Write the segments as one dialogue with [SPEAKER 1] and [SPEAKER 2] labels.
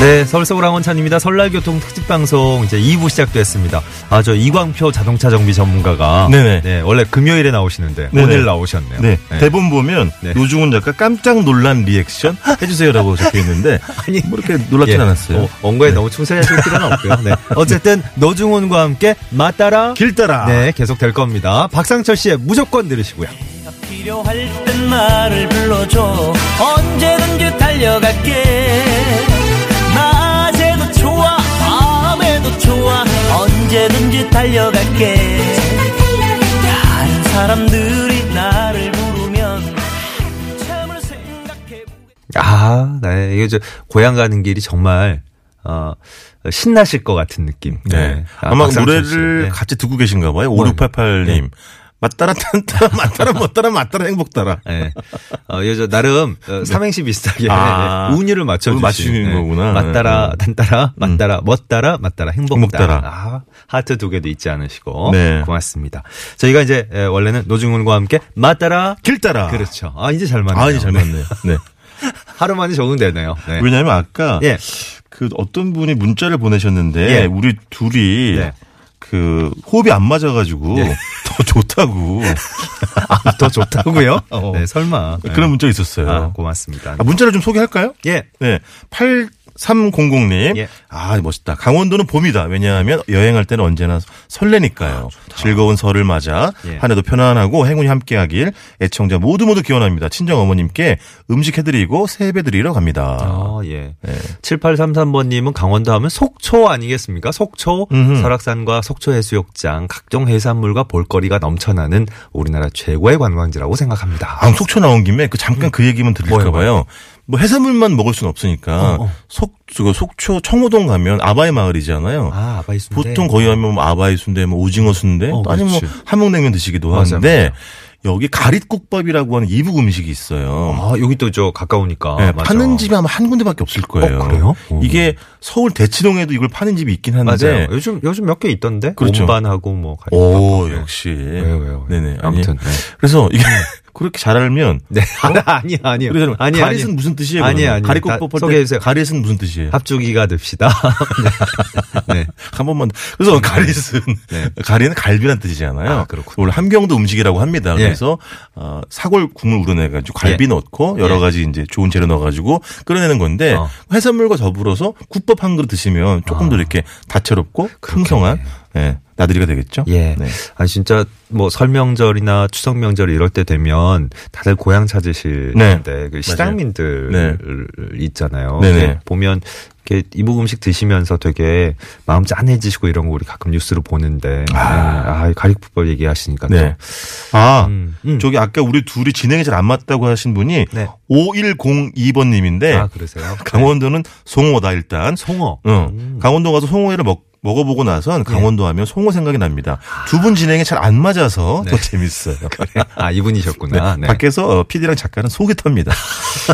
[SPEAKER 1] 네, 서울 서울항원찬입니다. 설날 교통 특집 방송 이제 2부 시작됐습니다. 아, 저 이광표 자동차 정비 전문가가
[SPEAKER 2] 네네.
[SPEAKER 1] 네, 원래 금요일에 나오시는데
[SPEAKER 2] 네네.
[SPEAKER 1] 오늘 나오셨네요.
[SPEAKER 2] 네.
[SPEAKER 1] 네.
[SPEAKER 2] 대본 보면
[SPEAKER 1] 네.
[SPEAKER 2] 노중훈 작가 깜짝 놀란 리액션 해주세요라고 적혀 있는데
[SPEAKER 1] 아니,
[SPEAKER 2] 뭐 이렇게 놀랍진
[SPEAKER 1] 예.
[SPEAKER 2] 않았어요.
[SPEAKER 1] 어, 뭔가에 너무 충실하실 필요는 없고요. 네. 어쨌든 노중훈과 함께 맞따라
[SPEAKER 2] 길따라.
[SPEAKER 1] 네, 계속 될 겁니다. 박상철 씨의 무조건 들으시고요.
[SPEAKER 3] 필요할 땐 말을 불러줘 언제든지 달려갈게 낮에도 좋아 밤에도 좋아 언제든지 달려갈게 다른 사람들이 나를 부르면 참을 생각해
[SPEAKER 1] 아, 네. 이거 저 고향 가는 길이 정말 어, 신나실 것 같은 느낌.
[SPEAKER 2] 네.
[SPEAKER 1] 아,
[SPEAKER 2] 아마
[SPEAKER 1] 박상철 씨.
[SPEAKER 2] 노래를
[SPEAKER 1] 네.
[SPEAKER 2] 같이 듣고 계신가 봐요. 5688님. 맞따라 딴따라 맞따라 뭐 못따라 맞따라 행복따라.
[SPEAKER 1] 예. 어, 요저 나름 어, 삼행시 비슷하게
[SPEAKER 2] 네. 아.
[SPEAKER 1] 예, 운율을 맞춰주신
[SPEAKER 2] 맞추는 거구나.
[SPEAKER 1] 맞따라,
[SPEAKER 2] 네.
[SPEAKER 1] 단따라, 맞따라, 멋따라, 맞따라, 행복따라.
[SPEAKER 2] 행복따라.
[SPEAKER 1] 아, 하트 두 개도 잊지 않으시고
[SPEAKER 2] 네.
[SPEAKER 1] 고맙습니다. 저희가 이제 예, 원래는 노중훈과 함께 맞따라.
[SPEAKER 2] 길따라.
[SPEAKER 1] 그렇죠. 아 이제 잘 맞네요.
[SPEAKER 2] 아, 이제 잘 맞네요. 네.
[SPEAKER 1] 하루 만에 적응되네요. 네.
[SPEAKER 2] 왜냐하면 아까
[SPEAKER 1] 예.
[SPEAKER 2] 그 어떤 분이 문자를 보내셨는데
[SPEAKER 1] 예.
[SPEAKER 2] 우리 둘이
[SPEAKER 1] 네.
[SPEAKER 2] 그 호흡이 안 맞아가지고
[SPEAKER 1] 예.
[SPEAKER 2] 더 좋다고
[SPEAKER 1] 아, 더 좋다고요?
[SPEAKER 2] 어.
[SPEAKER 1] 네, 설마. 네.
[SPEAKER 2] 그런 문자 있었어요.
[SPEAKER 1] 아, 고맙습니다.
[SPEAKER 2] 아, 문자를 좀 소개할까요?
[SPEAKER 1] 예.
[SPEAKER 2] 네. 8300님.
[SPEAKER 1] 예.
[SPEAKER 2] 아, 멋있다. 강원도는 봄이다. 왜냐하면 여행할 때는 언제나 설레니까요. 즐거운 설을 맞아
[SPEAKER 1] 아, 예.
[SPEAKER 2] 한 해도 편안하고 행운이 함께하길 애청자 모두 모두 기원합니다. 친정 어머님께 음식 해드리고 세배드리러 갑니다.
[SPEAKER 1] 아, 예.
[SPEAKER 2] 네.
[SPEAKER 1] 7833번님은 강원도 하면 속초 아니겠습니까? 속초,
[SPEAKER 2] 음흠.
[SPEAKER 1] 설악산과 속초해수욕장, 각종 해산물과 볼거리가 넘쳐나는 우리나라 최고의 관광지라고 생각합니다.
[SPEAKER 2] 아, 속초 나온 김에 그 잠깐 그 얘기만
[SPEAKER 1] 뭐요, 어,
[SPEAKER 2] 드릴까봐요. 뭐 해산물만 먹을 수는 없으니까 속, 그 속초 청호동 가면 아바이 마을이잖아요.
[SPEAKER 1] 아, 아바이 순대.
[SPEAKER 2] 보통 거기 가면 뭐 아바이 순대, 뭐 오징어 순대,
[SPEAKER 1] 어,
[SPEAKER 2] 또 아니면 뭐
[SPEAKER 1] 그렇지.
[SPEAKER 2] 함흥냉면 드시기도
[SPEAKER 1] 맞아,
[SPEAKER 2] 하는데 여기 가릿국밥이라고 하는 이북 음식이 있어요.
[SPEAKER 1] 아, 여기 또 저 가까우니까.
[SPEAKER 2] 예,
[SPEAKER 1] 맞아.
[SPEAKER 2] 파는 집이 아마 한 군데밖에 없을 거예요.
[SPEAKER 1] 어, 그래요? 오.
[SPEAKER 2] 이게 서울 대치동에도 이걸 파는 집이 있긴 한데.
[SPEAKER 1] 맞아요. 요즘 요즘 몇 개 있던데.
[SPEAKER 2] 그렇죠.
[SPEAKER 1] 반하고 뭐 가리밥.
[SPEAKER 2] 오, 역시.
[SPEAKER 1] 왜요, 왜요?
[SPEAKER 2] 네네. 아니,
[SPEAKER 1] 아무튼. 네.
[SPEAKER 2] 그래서 이게 그렇게 잘 알면
[SPEAKER 1] 네. 아니 아니요.
[SPEAKER 2] 그래서
[SPEAKER 1] 아니요. 아니요.
[SPEAKER 2] 가릿은 무슨 뜻이에요?
[SPEAKER 1] 아니 아니.
[SPEAKER 2] 가릿국밥 할
[SPEAKER 1] 소개해 주세요.
[SPEAKER 2] 때 네. 가릿은 무슨 뜻이에요?
[SPEAKER 1] 합주기가 됩시다. 네.
[SPEAKER 2] 한 번만 더. 그래서 가리는
[SPEAKER 1] 음. 네.
[SPEAKER 2] 가리는 갈비란 뜻이잖아요.
[SPEAKER 1] 아, 그렇군요.
[SPEAKER 2] 원래 함경도 음식이라고 합니다.
[SPEAKER 1] 예.
[SPEAKER 2] 그래서 어, 사골 국물 우려내 가지고 갈비
[SPEAKER 1] 예.
[SPEAKER 2] 넣고 여러
[SPEAKER 1] 예.
[SPEAKER 2] 가지 이제 좋은 재료 넣어 가지고 끓여내는 건데
[SPEAKER 1] 어. 아.
[SPEAKER 2] 해산물과 더불어서 국밥 한 그릇 드시면 조금 더 이렇게 다채롭고
[SPEAKER 1] 그렇겠네.
[SPEAKER 2] 풍성한 예, 나들이가 되겠죠.
[SPEAKER 1] 예.
[SPEAKER 2] 네.
[SPEAKER 1] 아 진짜 뭐 설명절이나 추석 명절 이럴 때 되면 다들 고향 찾으실
[SPEAKER 2] 네.
[SPEAKER 1] 텐데 그 시장민들 있잖아요.
[SPEAKER 2] 네네.
[SPEAKER 1] 이렇게 보면 이렇게 이북 음식 드시면서 되게 마음 짠해지시고 이런 거 우리 가끔 뉴스로 보는데 아, 가리국밥 얘기하시니까 또.
[SPEAKER 2] 네. 아,
[SPEAKER 1] 음, 음.
[SPEAKER 2] 저기 아까 우리 둘이 진행이 잘 안 맞다고 하신 분이
[SPEAKER 1] 네.
[SPEAKER 2] 5102번 님인데
[SPEAKER 1] 아 그러세요?
[SPEAKER 2] 강원도는 송어다 일단.
[SPEAKER 1] 송어.
[SPEAKER 2] 응.
[SPEAKER 1] 음.
[SPEAKER 2] 강원도 가서 송어회를 먹, 먹어보고
[SPEAKER 1] 네.
[SPEAKER 2] 나선 강원도 하면 송어 생각이 납니다. 두 분 진행이 잘 안 맞아서 더 재밌어요.
[SPEAKER 1] 네. 아 이분이셨구나. 네.
[SPEAKER 2] 네. 밖에서 PD랑 작가는 속이 탑니다.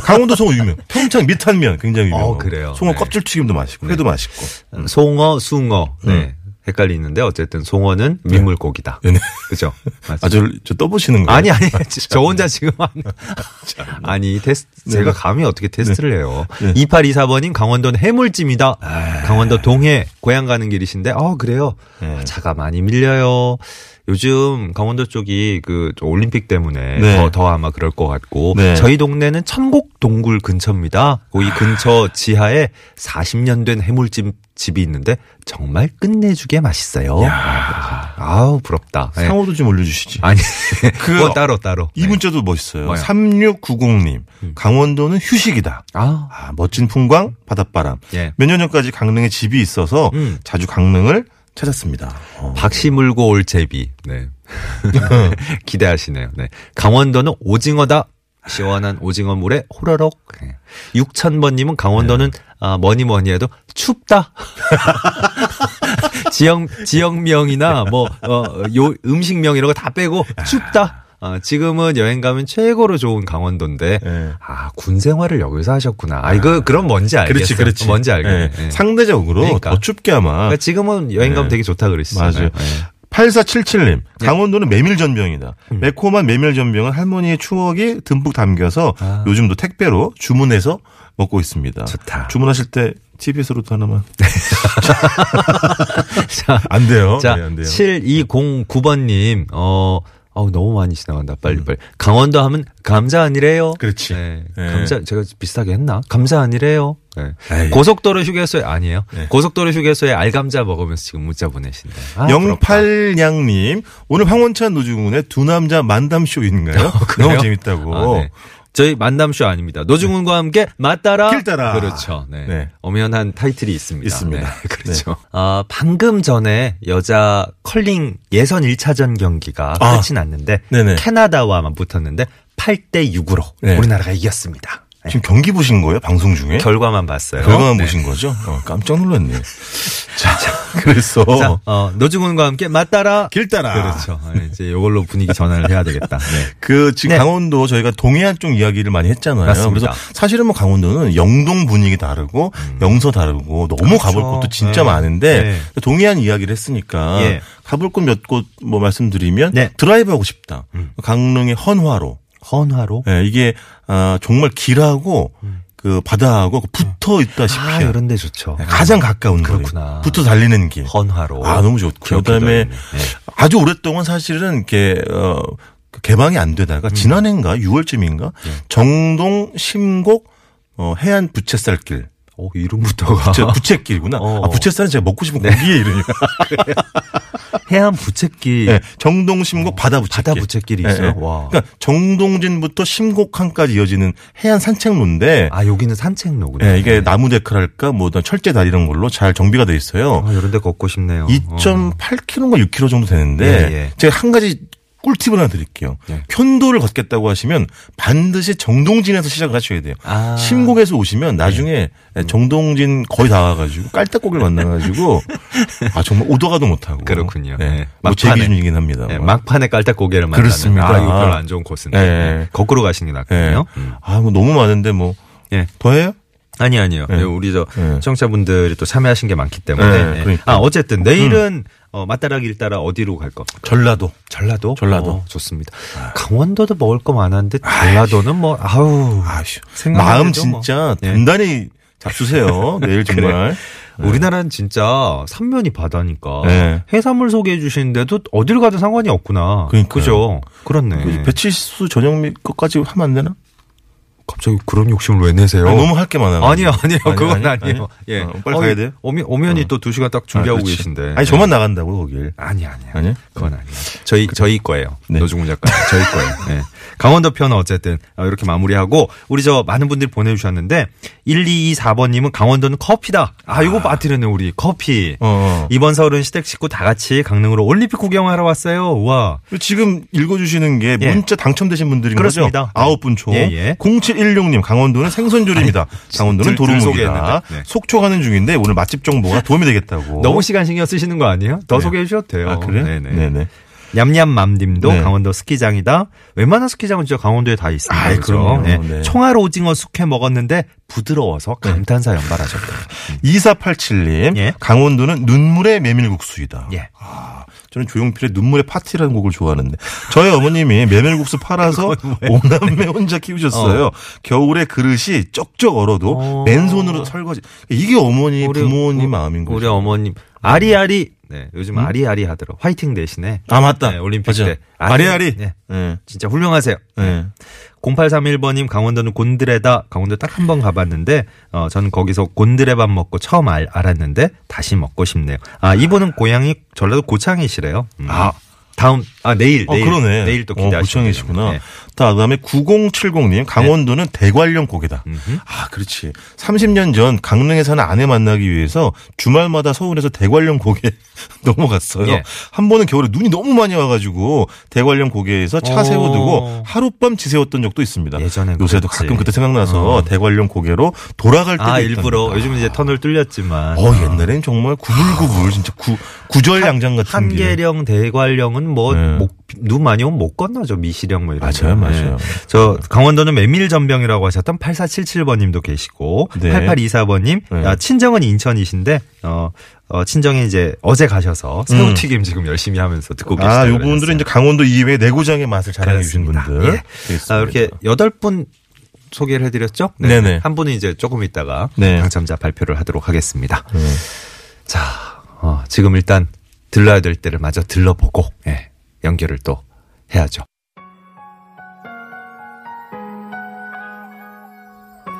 [SPEAKER 2] 강원도 송어 유명. 평창 밑한면 굉장히 유명.
[SPEAKER 1] 어, 그래요.
[SPEAKER 2] 송어
[SPEAKER 1] 네.
[SPEAKER 2] 껍질 튀김도 맛있고 회도 맛있고.
[SPEAKER 1] 음, 송어, 숭어.
[SPEAKER 2] 음.
[SPEAKER 1] 네. 헷갈리는데 어쨌든 송어는 민물고기다.
[SPEAKER 2] 네.
[SPEAKER 1] 그죠? 맞아요.
[SPEAKER 2] 아저 저 떠보시는 거예요?
[SPEAKER 1] 아니 아니 저 혼자 지금 하는- 아니 테스트
[SPEAKER 2] 네.
[SPEAKER 1] 제가 감히 어떻게 테스트를 해요. 2824번인 강원도는 해물찜이다.
[SPEAKER 2] 아.
[SPEAKER 1] 강원도 동해 고향 가는 길이신데 어 그래요.
[SPEAKER 2] 네.
[SPEAKER 1] 아, 차가 많이 밀려요. 요즘 강원도 쪽이 그저 올림픽 때문에
[SPEAKER 2] 네.
[SPEAKER 1] 더, 더 아마 그럴 것 같고
[SPEAKER 2] 네. 아.
[SPEAKER 1] 저희 동네는 천곡 동굴 근처입니다. 그 이 근처 지하에 40년 된 해물찜 집이 있는데 정말 끝내주게 맛있어요. 아우 부럽다. 네.
[SPEAKER 2] 상호도 좀 올려주시지.
[SPEAKER 1] 아니,
[SPEAKER 2] 그-
[SPEAKER 1] 그거 따로 따로.
[SPEAKER 2] 이 문자도 멋있어요.
[SPEAKER 1] 뭐요? 음.
[SPEAKER 2] 3690님. 강원도는 휴식이다.
[SPEAKER 1] 아,
[SPEAKER 2] 아, 멋진 풍광, 바닷바람.
[SPEAKER 1] 예.
[SPEAKER 2] 몇 년 전까지 강릉에 집이 있어서
[SPEAKER 1] 음.
[SPEAKER 2] 자주 강릉을 찾았습니다. 어.
[SPEAKER 1] 박씨 물고 올 제비. 네. 기대하시네요. 네. 강원도는 오징어다. 시원한 오징어 물에 호러록. 네. 6000번님은 강원도는
[SPEAKER 2] 네.
[SPEAKER 1] 아, 뭐니 뭐니 해도 춥다. 지역, 지역명이나 뭐, 어, 요, 음식명 이런 거 다 빼고 춥다. 어, 지금은 여행 가면 최고로 좋은 강원도인데,
[SPEAKER 2] 예.
[SPEAKER 1] 아, 군 생활을 여기서 하셨구나. 아, 이거, 그럼 뭔지 알겠어.
[SPEAKER 2] 그렇지, 그렇지.
[SPEAKER 1] 뭔지 알겠네.
[SPEAKER 2] 예.
[SPEAKER 1] 예.
[SPEAKER 2] 상대적으로
[SPEAKER 1] 그러니까.
[SPEAKER 2] 더 춥게 아마.
[SPEAKER 1] 그러니까 지금은 여행 가면
[SPEAKER 2] 네.
[SPEAKER 1] 되게 좋다 그러시잖아요.
[SPEAKER 2] 맞아요.
[SPEAKER 1] 네.
[SPEAKER 2] 8477님,
[SPEAKER 1] 예.
[SPEAKER 2] 강원도는 메밀전병이다.
[SPEAKER 1] 음.
[SPEAKER 2] 매콤한 메밀전병은 할머니의 추억이 듬뿍 담겨서 요즘도 택배로 주문해서 먹고 있습니다.
[SPEAKER 1] 아. 좋다. 네.
[SPEAKER 2] 주문하실 때 TBS로도 하나만.
[SPEAKER 1] 자,
[SPEAKER 2] 안 돼요.
[SPEAKER 1] 자,
[SPEAKER 2] 네, 안 돼요.
[SPEAKER 1] 7209번님, 어, 어우, 너무 많이 지나간다. 빨리빨리. 강원도 하면 감자 아니래요.
[SPEAKER 2] 음. 그렇지.
[SPEAKER 1] 네.
[SPEAKER 2] 예.
[SPEAKER 1] 감자, 제가 비슷하게 했나? 감자 아니래요. 네.
[SPEAKER 2] 에이.
[SPEAKER 1] 고속도로 휴게소에, 아니에요.
[SPEAKER 2] 네.
[SPEAKER 1] 고속도로 휴게소에 알감자 먹으면서 지금 문자 보내신다. 아, 부럽다.
[SPEAKER 2] 영팔냥님 오늘 황원찬 노중훈의 두 남자 만담 쇼인가요?
[SPEAKER 1] 아, 그래요?
[SPEAKER 2] 너무 재밌다고. 네.
[SPEAKER 1] 아, 네. 저희 만담쇼 아닙니다. 노중훈과 함께 맞따라
[SPEAKER 2] 길 따라.
[SPEAKER 1] 그렇죠. 네.
[SPEAKER 2] 네.
[SPEAKER 1] 엄연한 타이틀이 있습니다.
[SPEAKER 2] 있습니다.
[SPEAKER 1] 네, 그렇죠. 아, 방금 전에 여자 컬링 예선 1차전 경기가
[SPEAKER 2] 아.
[SPEAKER 1] 끝이 났는데
[SPEAKER 2] 네네.
[SPEAKER 1] 캐나다와만 붙었는데 8대 6으로
[SPEAKER 2] 네.
[SPEAKER 1] 우리나라가 이겼습니다. 네.
[SPEAKER 2] 지금 경기 보신 거예요? 방송 중에?
[SPEAKER 1] 결과만 봤어요.
[SPEAKER 2] 결과만
[SPEAKER 1] 네.
[SPEAKER 2] 보신 거죠? 어, 깜짝 놀랐네. 자, 그래서
[SPEAKER 1] 자, 어, 노중훈과 함께 맞따라
[SPEAKER 2] 길 따라.
[SPEAKER 1] 그렇죠. 아, 이제 이걸로 분위기 전환을 해야 되겠다. 네.
[SPEAKER 2] 그 지금
[SPEAKER 1] 네.
[SPEAKER 2] 강원도 저희가 동해안 쪽 이야기를 많이 했잖아요.
[SPEAKER 1] 맞습니다. 음.
[SPEAKER 2] 그래서 사실은 뭐 강원도는 영동 분위기 다르고 영서 다르고 너무 가볼 곳도 진짜
[SPEAKER 1] 네.
[SPEAKER 2] 많은데 동해안 이야기를 했으니까
[SPEAKER 1] 예.
[SPEAKER 2] 가볼 곳 몇 곳 뭐 말씀드리면
[SPEAKER 1] 네. 음.
[SPEAKER 2] 드라이브 하고 싶다. 강릉의 헌화로
[SPEAKER 1] 헌화로
[SPEAKER 2] 예, 이게 아, 정말 길하고 그 바다하고 붙어 있다시피
[SPEAKER 1] 음.
[SPEAKER 2] 네,
[SPEAKER 1] 아, 이런 데 좋죠.
[SPEAKER 2] 가장 가까운 거리.
[SPEAKER 1] 그렇구나.
[SPEAKER 2] 붙어 달리는 길.
[SPEAKER 1] 헌화로.
[SPEAKER 2] 아 너무 좋고요.
[SPEAKER 1] 기억해둬야
[SPEAKER 2] 그다음에
[SPEAKER 1] 되겠네.
[SPEAKER 2] 아주 오랫동안 사실은 이렇게 어, 그 개방이 안 되다가
[SPEAKER 1] 음.
[SPEAKER 2] 지난해인가 6월쯤인가
[SPEAKER 1] 예.
[SPEAKER 2] 정동 심곡 어, 해안 부채살길
[SPEAKER 1] 어, 이름부터가
[SPEAKER 2] 부채, 부채길이구나.
[SPEAKER 1] 어. 네.
[SPEAKER 2] 아, 부채살은 제가 먹고 싶은 고기의 이름이야.
[SPEAKER 1] 해안 부채길
[SPEAKER 2] 네, 정동 심곡 바다 부채길.
[SPEAKER 1] 어. 바다 부채길이
[SPEAKER 2] 예,
[SPEAKER 1] 있어요.
[SPEAKER 2] 예.
[SPEAKER 1] 와.
[SPEAKER 2] 그러니까 정동진부터 심곡항까지 이어지는 해안 산책로인데
[SPEAKER 1] 아 네. 여기는 산책로구나.
[SPEAKER 2] 예, 이게 나무 데크랄까 뭐 어떤 철제 다리 이런 걸로 잘 정비가 돼 있어요.
[SPEAKER 1] 아, 이런 데 걷고 싶네요.
[SPEAKER 2] 2.8km인가 6km 정도 되는데
[SPEAKER 1] 어. 예, 예.
[SPEAKER 2] 제가 한 가지 꿀팁을 하나 드릴게요.
[SPEAKER 1] 예.
[SPEAKER 2] 편도를 걷겠다고 하시면 반드시 정동진에서 시작을 하셔야 돼요.
[SPEAKER 1] 아. 예.
[SPEAKER 2] 신곡에서 오시면 나중에 예, 정동진 거의 다 와가지고 깔딱고기를 만나가지고 아 정말 오도가도 못하고
[SPEAKER 1] 그렇군요. 예.
[SPEAKER 2] 네. 뭐제
[SPEAKER 1] 막판에.
[SPEAKER 2] 기준이긴 합니다.
[SPEAKER 1] 예, 막판에 깔딱고개를 만나는.
[SPEAKER 2] 그렇습니다.
[SPEAKER 1] 아, 이거 별로 안 좋은 코스인데. 네,
[SPEAKER 2] 예, 예.
[SPEAKER 1] 거꾸로 가시는 게 낫거든요.
[SPEAKER 2] 네.
[SPEAKER 1] 음.
[SPEAKER 2] 아뭐 너무 많은데 뭐
[SPEAKER 1] 예.
[SPEAKER 2] 더해요?
[SPEAKER 1] 아니 아니요.
[SPEAKER 2] 예.
[SPEAKER 1] 우리 저
[SPEAKER 2] 예.
[SPEAKER 1] 청자분들이 또 참여하신 게 많기 때문에.
[SPEAKER 2] 예,
[SPEAKER 1] 예.
[SPEAKER 2] 그러니까.
[SPEAKER 1] 아 어쨌든
[SPEAKER 2] 음.
[SPEAKER 1] 내일은 어, 맞다라길 따라 어디로 갈 겁니까?
[SPEAKER 2] 전라도.
[SPEAKER 1] 전라도.
[SPEAKER 2] 전라도. 아.
[SPEAKER 1] 어, 좋습니다. 강원도도 먹을 거 많았는데 전라도는 뭐 아우.
[SPEAKER 2] 아휴.
[SPEAKER 1] 생각만
[SPEAKER 2] 마음
[SPEAKER 1] 해도 뭐.
[SPEAKER 2] 진짜
[SPEAKER 1] 예.
[SPEAKER 2] 단단히 잡수세요. 내일 정말.
[SPEAKER 1] 네. 우리나라는 진짜 삼면이 바다니까
[SPEAKER 2] 네.
[SPEAKER 1] 해산물 소개해 주시는데도 어딜 가도 상관이 없구나.
[SPEAKER 2] 그러니까요.
[SPEAKER 1] 그죠? 그렇네.
[SPEAKER 2] 배치수 전영미 것까지 하면 안 되나?
[SPEAKER 1] 갑자기 그런 욕심을 왜 내세요?
[SPEAKER 2] 아니, 너무 할 게 많아요.
[SPEAKER 1] 아니요, 아니요, 그건 아니, 에요 예,
[SPEAKER 2] 어, 빨리 가야 돼요. 어. 아,
[SPEAKER 1] 오면 오면이 또 두 시간 딱 준비하고 계신데.
[SPEAKER 2] 아니 저만 나간다고 거길.
[SPEAKER 1] 아니 아니요.
[SPEAKER 2] 아니요?
[SPEAKER 1] 그건 아니에요. 저희 저희 거예요.
[SPEAKER 2] 네.
[SPEAKER 1] 노중훈 작가 저희 거예요. 예. 강원도 편은 어쨌든 어, 이렇게 마무리하고 우리 저 많은 분들이 보내주셨는데 1224번님은 강원도는 커피다. 아 이거 빠뜨렸네 우리 커피.
[SPEAKER 2] 어, 어.
[SPEAKER 1] 이번 설은 시댁 식구 다 같이 강릉으로 올림픽 구경하러 왔어요. 와.
[SPEAKER 2] 지금 읽어주시는 게
[SPEAKER 1] 예.
[SPEAKER 2] 문자 당첨되신 분들인
[SPEAKER 1] 그렇습니다.
[SPEAKER 2] 거죠? 아홉 분 총.
[SPEAKER 1] 예, 예.
[SPEAKER 2] 0716님 강원도는 생선조림이다. 강원도는
[SPEAKER 1] 들- 들
[SPEAKER 2] 도루묵이다.
[SPEAKER 1] 소개했는데. 네.
[SPEAKER 2] 속초 가는 중인데 오늘 맛집 정보가 도움이 되겠다고.
[SPEAKER 1] 너무 시간 신경 쓰시는 거 어? 아니에요? 더
[SPEAKER 2] 네.
[SPEAKER 1] 소개해 주셔도 돼요.
[SPEAKER 2] 아 그래요?
[SPEAKER 1] 네네. 음.
[SPEAKER 2] 네네.
[SPEAKER 1] 냠냠맘님도
[SPEAKER 2] 네.
[SPEAKER 1] 강원도 스키장이다. 웬만한 스키장은 진짜 강원도에 다 있습니다.
[SPEAKER 2] 아이,
[SPEAKER 1] 그죠?
[SPEAKER 2] 그럼요. 네.
[SPEAKER 1] 총알 오징어 숙회 먹었는데 부드러워서 감탄사 연발하셨다.
[SPEAKER 2] 2487님
[SPEAKER 1] 예.
[SPEAKER 2] 강원도는 눈물의 메밀국수이다.
[SPEAKER 1] 예.
[SPEAKER 2] 아, 저는 조용필의 눈물의 파티라는 곡을 좋아하는데 저희 어머님이 메밀국수 팔아서 오남매 혼자 키우셨어요. 겨울에 그릇이 쩍쩍 얼어도
[SPEAKER 1] 어.
[SPEAKER 2] 맨손으로 설거지. 이게 어머니
[SPEAKER 1] 우리-
[SPEAKER 2] 부모님
[SPEAKER 1] 우리-
[SPEAKER 2] 마음인 거죠.
[SPEAKER 1] 우리 어머님 아리아리. 네, 요즘 아리아리 하더라. 화이팅 대신에.
[SPEAKER 2] 음? 아 맞다.
[SPEAKER 1] 네, 올림픽
[SPEAKER 2] 맞아.
[SPEAKER 1] 때.
[SPEAKER 2] 아리아리.
[SPEAKER 1] 네.
[SPEAKER 2] 예.
[SPEAKER 1] 진짜 훌륭하세요.
[SPEAKER 2] 예.
[SPEAKER 1] 0831번님 강원도는 곤드레다. 강원도 딱 한 번 가봤는데 어, 전 거기서 곤드레밥 먹고 처음 알, 알았는데 다시 먹고 싶네요. 아 이분은 고향이 전라도 고창이시래요. 음.
[SPEAKER 2] 아.
[SPEAKER 1] 다음 아 내일
[SPEAKER 2] 어,
[SPEAKER 1] 내일
[SPEAKER 2] 그러네.
[SPEAKER 1] 내일 또
[SPEAKER 2] 어,
[SPEAKER 1] 기대하시면
[SPEAKER 2] 고창이시구나.
[SPEAKER 1] 되겠네요. 네.
[SPEAKER 2] 다 그다음에 9070님 강원도는 대관령 고개다. 아, 그렇지. 30년 전 강릉에 사는 아내 만나기 위해서 주말마다 서울에서 대관령 고개 넘어갔어요.
[SPEAKER 1] 예.
[SPEAKER 2] 한 번은 겨울에 눈이 너무 많이 와가지고 대관령 고개에서 차
[SPEAKER 1] 어.
[SPEAKER 2] 세워두고 하룻밤 지새웠던 적도 있습니다.
[SPEAKER 1] 예전엔
[SPEAKER 2] 요새도
[SPEAKER 1] 그랬지. 어.
[SPEAKER 2] 가끔 그때 생각나서 대관령 고개로 돌아갈 때도
[SPEAKER 1] 아
[SPEAKER 2] 있답니다. 아,
[SPEAKER 1] 일부러 요즘 은 이제 터널 뚫렸지만
[SPEAKER 2] 어 옛날엔 정말 구불구불 진짜 구 구절양장 같은 게.
[SPEAKER 1] 한계령 대관령은 강원도는 뭐,
[SPEAKER 2] 네.
[SPEAKER 1] 목, 눈 많이 오면 못 건너죠. 미시령 뭐 이런.
[SPEAKER 2] 맞아요,
[SPEAKER 1] 거.
[SPEAKER 2] 맞아요.
[SPEAKER 1] 저 강원도는 메밀전병이라고 하셨던 8477번님도 계시고
[SPEAKER 2] 네.
[SPEAKER 1] 8824번님
[SPEAKER 2] 네.
[SPEAKER 1] 친정은 인천이신데 어, 어 친정에 이제 어제 가셔서
[SPEAKER 2] 음.
[SPEAKER 1] 새우튀김 지금 열심히 하면서 듣고 계시다.
[SPEAKER 2] 아, 요 분들은 이제 강원도 이외 내고장의 맛을 자랑해 주신
[SPEAKER 1] 그렇습니다.
[SPEAKER 2] 분들.
[SPEAKER 1] 예. 아, 이렇게 여덟 분 소개를 해드렸죠?
[SPEAKER 2] 네네.
[SPEAKER 1] 한 분은 이제 조금 있다가
[SPEAKER 2] 네.
[SPEAKER 1] 당첨자 발표를 하도록 하겠습니다. 자, 어, 지금 일단 들러야 될 때를 마저 들러보고 예, 연결을 또 해야죠.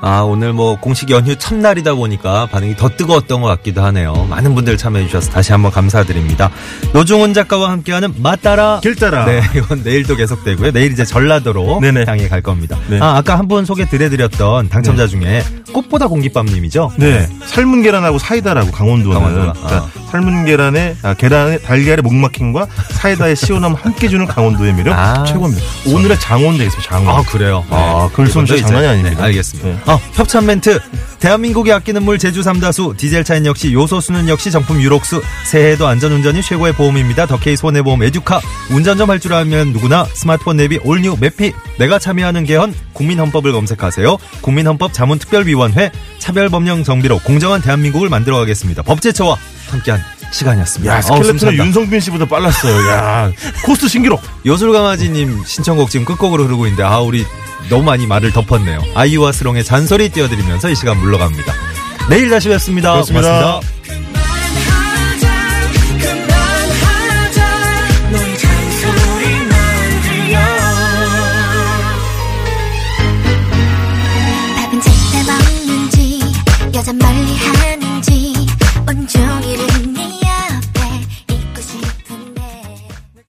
[SPEAKER 1] 아, 오늘 뭐 공식 연휴 첫날이다 보니까 반응이 더 뜨거웠던 것 같기도 하네요. 많은 분들 참여해 주셔서 다시 한번 감사드립니다. 노중훈 작가와 함께하는 맞따라
[SPEAKER 2] 길따라.
[SPEAKER 1] 네, 이건 내일도 계속되고요. 내일 이제 전라도로
[SPEAKER 2] 네네.
[SPEAKER 1] 향해 갈 겁니다.
[SPEAKER 2] 네.
[SPEAKER 1] 아, 아까 한 분 소개 드려드렸던 당첨자 중에 꽃보다 공깃밥님이죠?
[SPEAKER 2] 네. 삶은 계란하고 사이다라고 강원도는
[SPEAKER 1] 강원도라.
[SPEAKER 2] 그러니까 삶은 계란에 아, 계란에 달걀의 목막힘과 사이다의 시원함 함께 주는 강원도의 매력
[SPEAKER 1] 아,
[SPEAKER 2] 최고입니다. 오늘의 장원 되겠습니다. 장원.
[SPEAKER 1] 아 그래요.
[SPEAKER 2] 네.
[SPEAKER 1] 아
[SPEAKER 2] 글솜씨
[SPEAKER 1] 이제-
[SPEAKER 2] 장난이 아닙니다.
[SPEAKER 1] 네, 알겠습니다.
[SPEAKER 2] 네.
[SPEAKER 1] 아 협찬 멘트. 대한민국이 아끼는 물 제주 삼다수 디젤 차인 역시 요소수는 역시 정품 유록수 새해에도 안전운전이 최고의 보험입니다. 더케이 손해보험 에듀카 운전 좀 할 줄 알면 누구나 스마트폰 내비 올뉴 매피 내가 참여하는 개헌 국민헌법을 검색하세요. 국민헌법 자문특별위원회 차별법령 정비로 공정한 대한민국을 만들어가겠습니다. 법제처와 함께한 시간이었습니다.
[SPEAKER 2] 야,
[SPEAKER 1] 어우, 숨
[SPEAKER 2] 스켈레톤은
[SPEAKER 1] 찬다.
[SPEAKER 2] 윤성빈 씨보다 빨랐어요. 야, 코스트 신기록.
[SPEAKER 1] 요술강아지님 신청곡 지금 끝곡으로 흐르고 있는데 아 우리 너무 많이 말을 덮었네요. 아이유와 스롱의 잔소리 띄워드리면서 이 시간 물러갑니다. 내일 다시 뵙습니다.
[SPEAKER 2] 고맙습니다.
[SPEAKER 1] 고맙습니다.